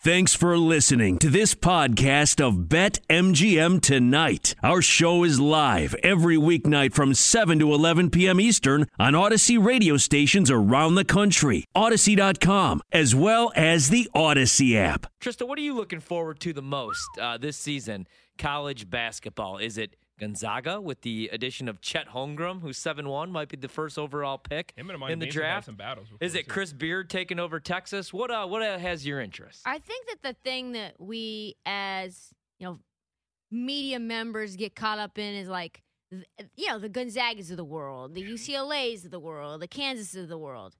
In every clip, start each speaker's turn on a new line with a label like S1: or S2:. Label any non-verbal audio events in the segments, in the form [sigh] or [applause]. S1: Thanks for listening to this podcast of Bet MGM Tonight. Our show is live every weeknight from 7 to 11 p.m. Eastern on Odyssey radio stations around the country, Odyssey.com, as well as the Odyssey app.
S2: Trista, what are you looking forward to the most uh, this season? College basketball. Is it Gonzaga with the addition of Chet Holmgren, who's seven one, might be the first overall pick
S3: Him and Amani
S2: in the
S3: Baines have had
S2: draft?
S3: some battles before,
S2: Is it
S3: too.
S2: Chris Beard taking over Texas? What uh, what uh, has your interest?
S4: I think that the thing that we as, you know, media members get caught up in is like th- you know, the Gonzagas of the world, the UCLA's of the world, the Kansas of the world.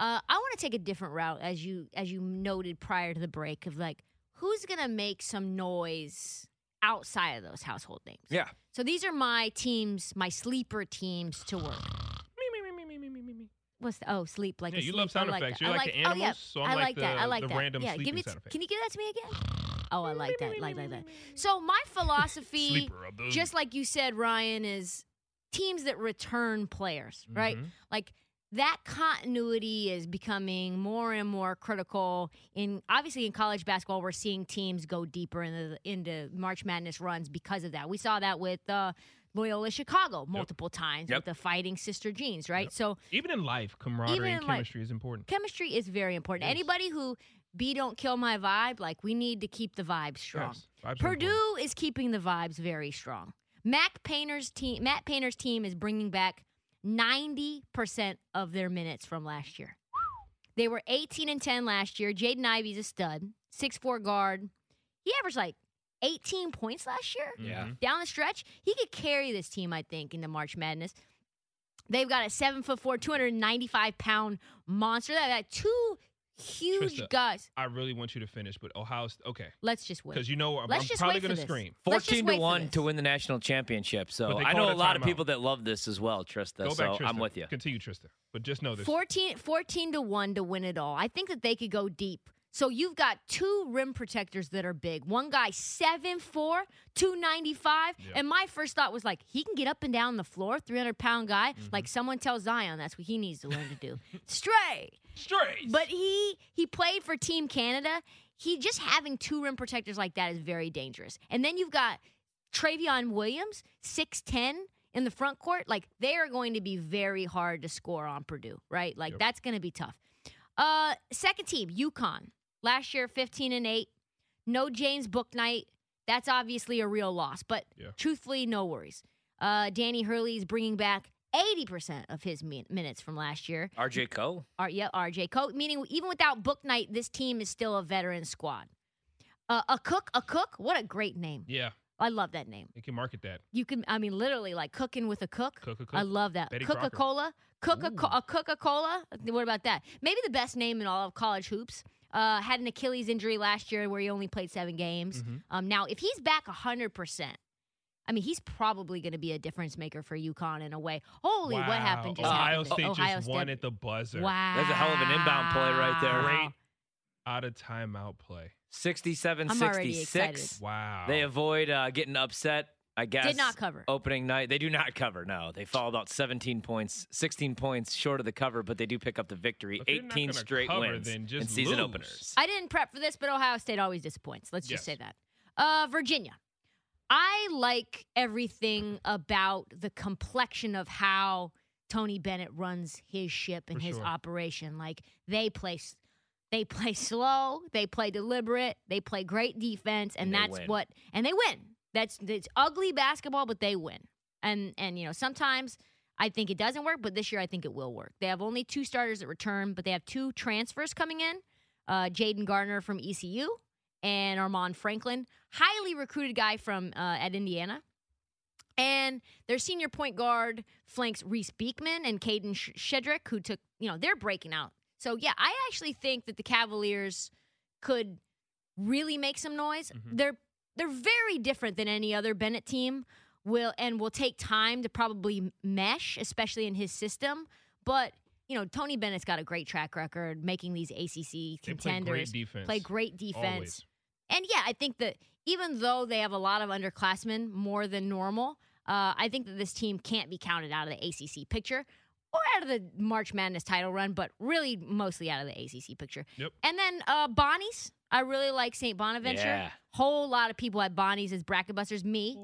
S4: Uh, I want to take a different route as you as you noted prior to the break of like who's going to make some noise outside of those household names.
S2: Yeah.
S4: So these are my teams, my sleeper teams to work. What's the, oh sleep like
S3: Yeah,
S4: a
S3: you
S4: sleep.
S3: love sound
S4: I like
S3: effects.
S4: that.
S3: You're
S4: I
S3: like
S4: like
S3: the
S4: oh, yeah.
S3: animals, so I'm
S4: I
S3: like
S4: like that. I
S3: the-
S4: like
S3: the
S4: that.
S3: random
S4: yeah, give
S3: sleeping
S4: me.
S3: sound effect.
S4: Can you give that to me again? Oh, I like that. Like like that. So my philosophy,
S3: Sleeper of the-
S4: just like you said, Ryan, is teams that return players, right?
S3: Mhm.
S4: Like that continuity is becoming more and more critical. In obviously in college basketball, we're seeing teams go deeper into the, into March Madness runs because of that. We saw that with uh, Loyola Chicago multiple times
S2: Yep.
S4: with the Fighting Sister Jeans, right?
S3: Yep.
S4: So
S3: Even in life, camaraderie
S4: Even
S3: and
S4: in life.
S3: chemistry is important.
S4: chemistry is very important.
S3: Yes.
S4: Anybody who B don't kill my vibe, like we need to keep the vibe strong.
S3: Yes, vibes are important.
S4: Purdue is keeping the vibes very strong. Mac Painter's team, Matt Painter's team is bringing back 90% of their minutes from last year. They were 18 and 10 last year. Jaden Ivey's a stud, 6'4 guard. He averaged like 18 points last year
S2: Yeah.
S3: Mhm.
S4: down the stretch, he could carry this team, I think, into March Madness. They've got a seven foot four, 295 pound monster. They got two huge
S3: Trista.
S4: guys.
S3: I really want you to finish, but Ohio State, okay.
S4: Let's just wait.
S3: Because you know, I'm,
S4: Let's
S3: I'm
S4: just
S3: probably
S4: wait for
S3: going to
S4: this.
S3: scream.
S4: Let's just
S2: 14
S4: wait
S2: to
S4: for
S2: 1
S4: this.
S2: to win the national championship.
S3: But
S2: So
S3: they
S2: I
S3: called
S2: know a
S3: a
S2: lot of
S3: timeout.
S2: people that love this as well, Trista.
S3: Go
S2: so
S3: back, Trista.
S2: I'm with you.
S3: Continue, Trista. But just know this.
S4: 14, 14 to 1 to win it all. I think that they could go deep. So you've got two rim protectors that are big. One guy 7'4, 295.
S3: Yeah.
S4: And my first thought was like, he can get up and down the floor, 300 pound guy.
S3: Mm-hmm.
S4: Like someone tells Zion that's what he needs to learn to do. [laughs] Stray.
S3: Straight.
S4: But he he played for Team Canada. He just having two rim protectors like that is very dangerous. And then you've got Travion Williams, six ten in the front court. Like they are going to be very hard to score on Purdue, right? Like
S3: Yep.
S4: that's going to be tough. Uh, second team, UConn. Last year, fifteen and eight. No James Booknight. That's obviously a real loss, but
S3: Yeah.
S4: truthfully, no worries. Uh, Danny Hurley is bringing back eighty percent of his min- minutes from last year.
S2: RJ Cole.
S4: R, yeah, RJ Coat. Meaning, even without Book Night, this team is still a veteran squad. Uh, a cook, a cook. What a great name!
S3: yeah,
S4: I love that name.
S3: you can market that.
S4: You can, I mean, literally like cooking with a cook.
S3: Cook a cook.
S4: I love that.
S3: Betty Crocker.
S4: Coca Cola, Coca a Coca Cola. What about that? Maybe the best name in all of college hoops. Uh, had an Achilles injury last year where he only played seven games.
S3: Mhm.
S4: Um, now, if he's back hundred percent. I mean, he's probably going to be a difference maker for UConn in a way. Holy,
S3: wow.
S4: what happened? Just
S3: Ohio
S4: happened.
S3: State
S4: Ohio
S3: just won at the buzzer.
S4: Wow.
S2: That's a hell of an inbound play right there.
S3: Great out of timeout play.
S2: 67
S4: I'm already
S2: 66.
S4: excited.
S3: Wow.
S2: They avoid uh, getting upset, I guess.
S4: Did not cover.
S2: Opening night. They do not cover, no. They fall about 17 points, 16 points short of the cover, but they do pick up the victory.
S3: If you're not
S2: 18
S3: gonna
S2: straight
S3: cover,
S2: wins
S3: then just
S2: in season
S3: lose.
S2: openers.
S4: I didn't prep for this, but Ohio State always disappoints. Let's
S3: Yes.
S4: just say that. Uh, Virginia. I like everything about the complexion of how Tony Bennett runs his ship and
S3: For
S4: his
S3: sure.
S4: operation. Like they play, s- they play [laughs] slow, they play deliberate, they play great defense, and,
S2: And they
S4: that's
S2: win.
S4: what and they win. That's it's ugly basketball, but they win. And and you know sometimes I think it doesn't work, but this year I think it will work. They have only two starters that return, but they have two transfers coming in uh, Jaden Garner from ECU and Armand Franklin, highly recruited guy from uh, at Indiana. And their senior point guard flanks Reese Beekman and Caden Sh- Shedrick, who took, you know, they're breaking out. So, yeah, I actually think that the Cavaliers could really make some noise.
S3: Mhm.
S4: They're they're very different than any other Bennett team will and will take time to probably mesh, especially in his system. But you know, Tony Bennett's got a great track record making these ACC
S3: They play great
S4: contenders
S3: defense.
S4: play great defense.
S3: Always.
S4: And yeah, I think that even though they have a lot of underclassmen more than normal, uh, I think that this team can't be counted out of the ACC picture or out of the March Madness title run, but really mostly out of the ACC picture.
S3: Yep.
S4: And then uh, Bonnie's, I really like St. Bonaventure.
S2: Yeah.
S4: Whole lot of people at Bonnie's as bracket busters. Me,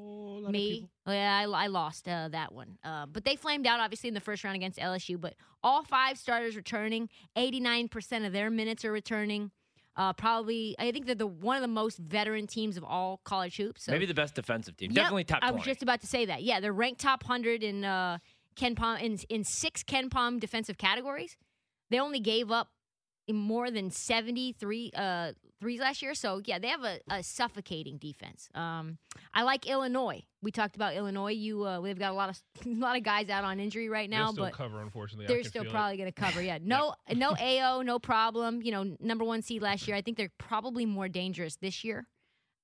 S4: me. Oh, Yeah, I, I lost uh, that one. Uh, but they flamed out obviously in the first round against LSU. But all five starters returning. Eighty nine percent of their minutes are returning. Uh, probably, I think they're the one of the most veteran teams of all college hoops. So
S2: Maybe the best defensive team.
S4: Yep,
S2: Definitely top
S4: I
S2: 20.
S4: was just about to say that. Yeah, they're ranked top hundred in uh, Ken Palm in in six Ken Palm defensive categories. They only gave up more than seventy three uh, threes last year. So yeah, they have a, a suffocating defense. Um, I like Illinois. We talked about Illinois. You uh, they've got a lot of [laughs] a lot of guys out on injury right now,
S3: They'll still
S4: but
S3: cover, unfortunately. I
S4: they're
S3: can
S4: still
S3: feel it.
S4: probably going to cover. Yeah, no, no AO, no problem. You know, n- number one seed last year. I think they're probably more dangerous this year.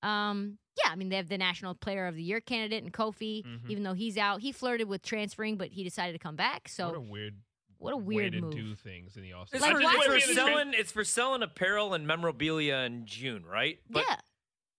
S4: Um, yeah, I mean they have the national player of the year candidate and Kofi.
S3: Mhm.
S4: Even though he's out, he flirted with transferring, but he decided to come back. So
S3: what a weird,
S4: what a
S3: way
S4: weird
S3: to
S4: move.
S3: do things in the off
S2: It's,
S4: Like,
S2: for,
S4: why
S2: it's for
S4: would you-
S2: selling, it's for selling apparel and memorabilia in June, right? But
S4: yeah,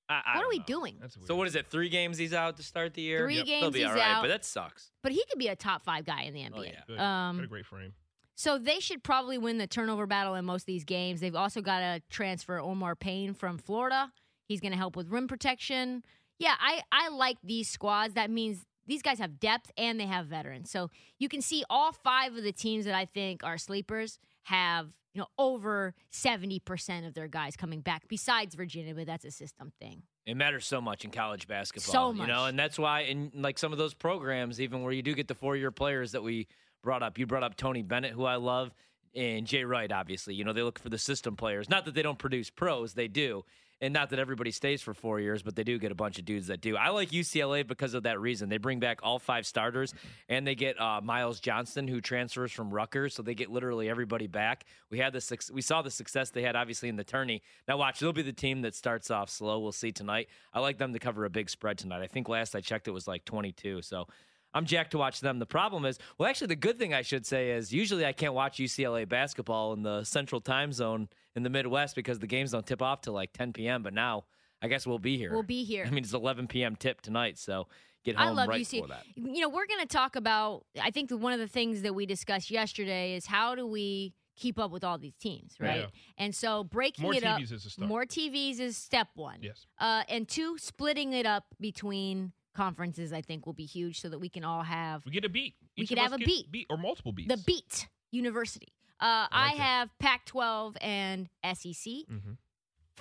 S2: I, I
S4: what are
S2: don't
S4: we
S2: know.
S4: doing?
S3: That's weird.
S2: So what is it? Three games he's out to start the year.
S4: Three
S2: Yep. They'll
S4: games
S2: be all
S4: he's
S2: right,
S4: out.
S2: but that sucks.
S4: But he could be a top five guy in the NBA.
S2: Oh, yeah.
S3: Good.
S4: Um,
S3: What a great frame.
S4: So they should probably win the turnover battle in most of these games. They've also got to transfer Omar Payne from Florida. He's going to help with rim protection. Yeah, I, I like these squads. That means these guys have depth and they have veterans. So you can see all five of the teams that I think are sleepers have you know over 70% of their guys coming back besides Virginia, but that's a system thing.
S2: It matters so much in college basketball.
S4: So
S2: You know,
S4: much.
S2: and that's why in like some of those programs, even where you do get the four year players that we brought up, you brought up Tony Bennett, who I love, and Jay Wright, obviously. You know, they look for the system players. Not that they don't produce pros, they do. And not that everybody stays for four years, but they do get a bunch of dudes that do. I like UCLA because of that reason. They bring back all five starters, and they get uh, Miles Johnston, who transfers from Rutgers, so they get literally everybody back. We had the suc- we saw the success they had obviously in the tourney. Now watch, they'll be the team that starts off slow. We'll see tonight. I like them to cover a big spread tonight. I think last I checked, it was like 22. So I'm jacked to watch them. The problem is, well, actually, the good thing I should say is usually I can't watch UCLA basketball in the central time zone in the Midwest because the games don't tip off till like 10 p.m. But now I guess we'll be here.
S4: We'll
S2: [laughs]
S4: be here.
S2: I mean, it's 11 p.m. tip tonight, so get
S4: I
S2: home
S4: love
S2: right
S4: UC.
S2: for that.
S4: You know, we're going to talk about. I think that one of the things that we discussed yesterday is how do we keep up with all these teams,
S3: Yeah.
S4: right? And so breaking
S3: More
S4: it up,
S3: TVs is a start.
S4: more TVs is step one.
S3: Yes.
S4: Uh, and two, splitting it up between conferences, I think, will be huge, so that we can all have
S3: We get a beat.
S4: We
S3: Each
S4: could
S3: of
S4: have
S3: us
S4: a
S3: get
S4: beat.
S3: beat or multiple beats.
S4: the beat university. Uh, I,
S3: like it.
S4: have Pac-12 and E SEC.
S3: Mhm.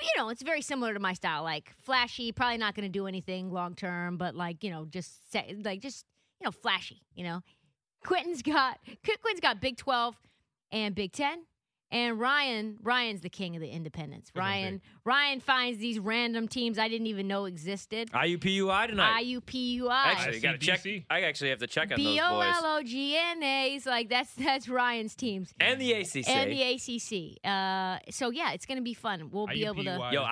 S4: you know, it's very similar to my style. Like flashy, probably not going to do anything long term, but like you know, just say, like just you know, flashy. You know, Quentin's got Qu- Quentin's got Big Twelve and Big Ten, and Ryan Ryan's the king of the independents.
S3: on
S4: Ryan Ryan finds these random teams I didn't even know existed.
S2: IUPUI tonight.
S4: IUPUI.
S2: actually, got to check.
S3: ICDC.
S2: I actually have to check on
S4: B
S2: those
S4: O
S2: boys
S4: L O G N A. It's like that's that's Ryan's teams E
S2: and the ACC.
S4: and the ACC. Uh, so yeah, it's gonna be fun. We'll be able to.
S3: IUPUI
S2: Yo,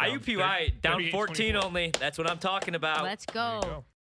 S3: is down
S2: IUPUI down
S3: 38,
S2: 14
S3: 24.
S2: only. That's what I'm talking about.
S4: Let's
S3: There you
S4: go.
S3: go.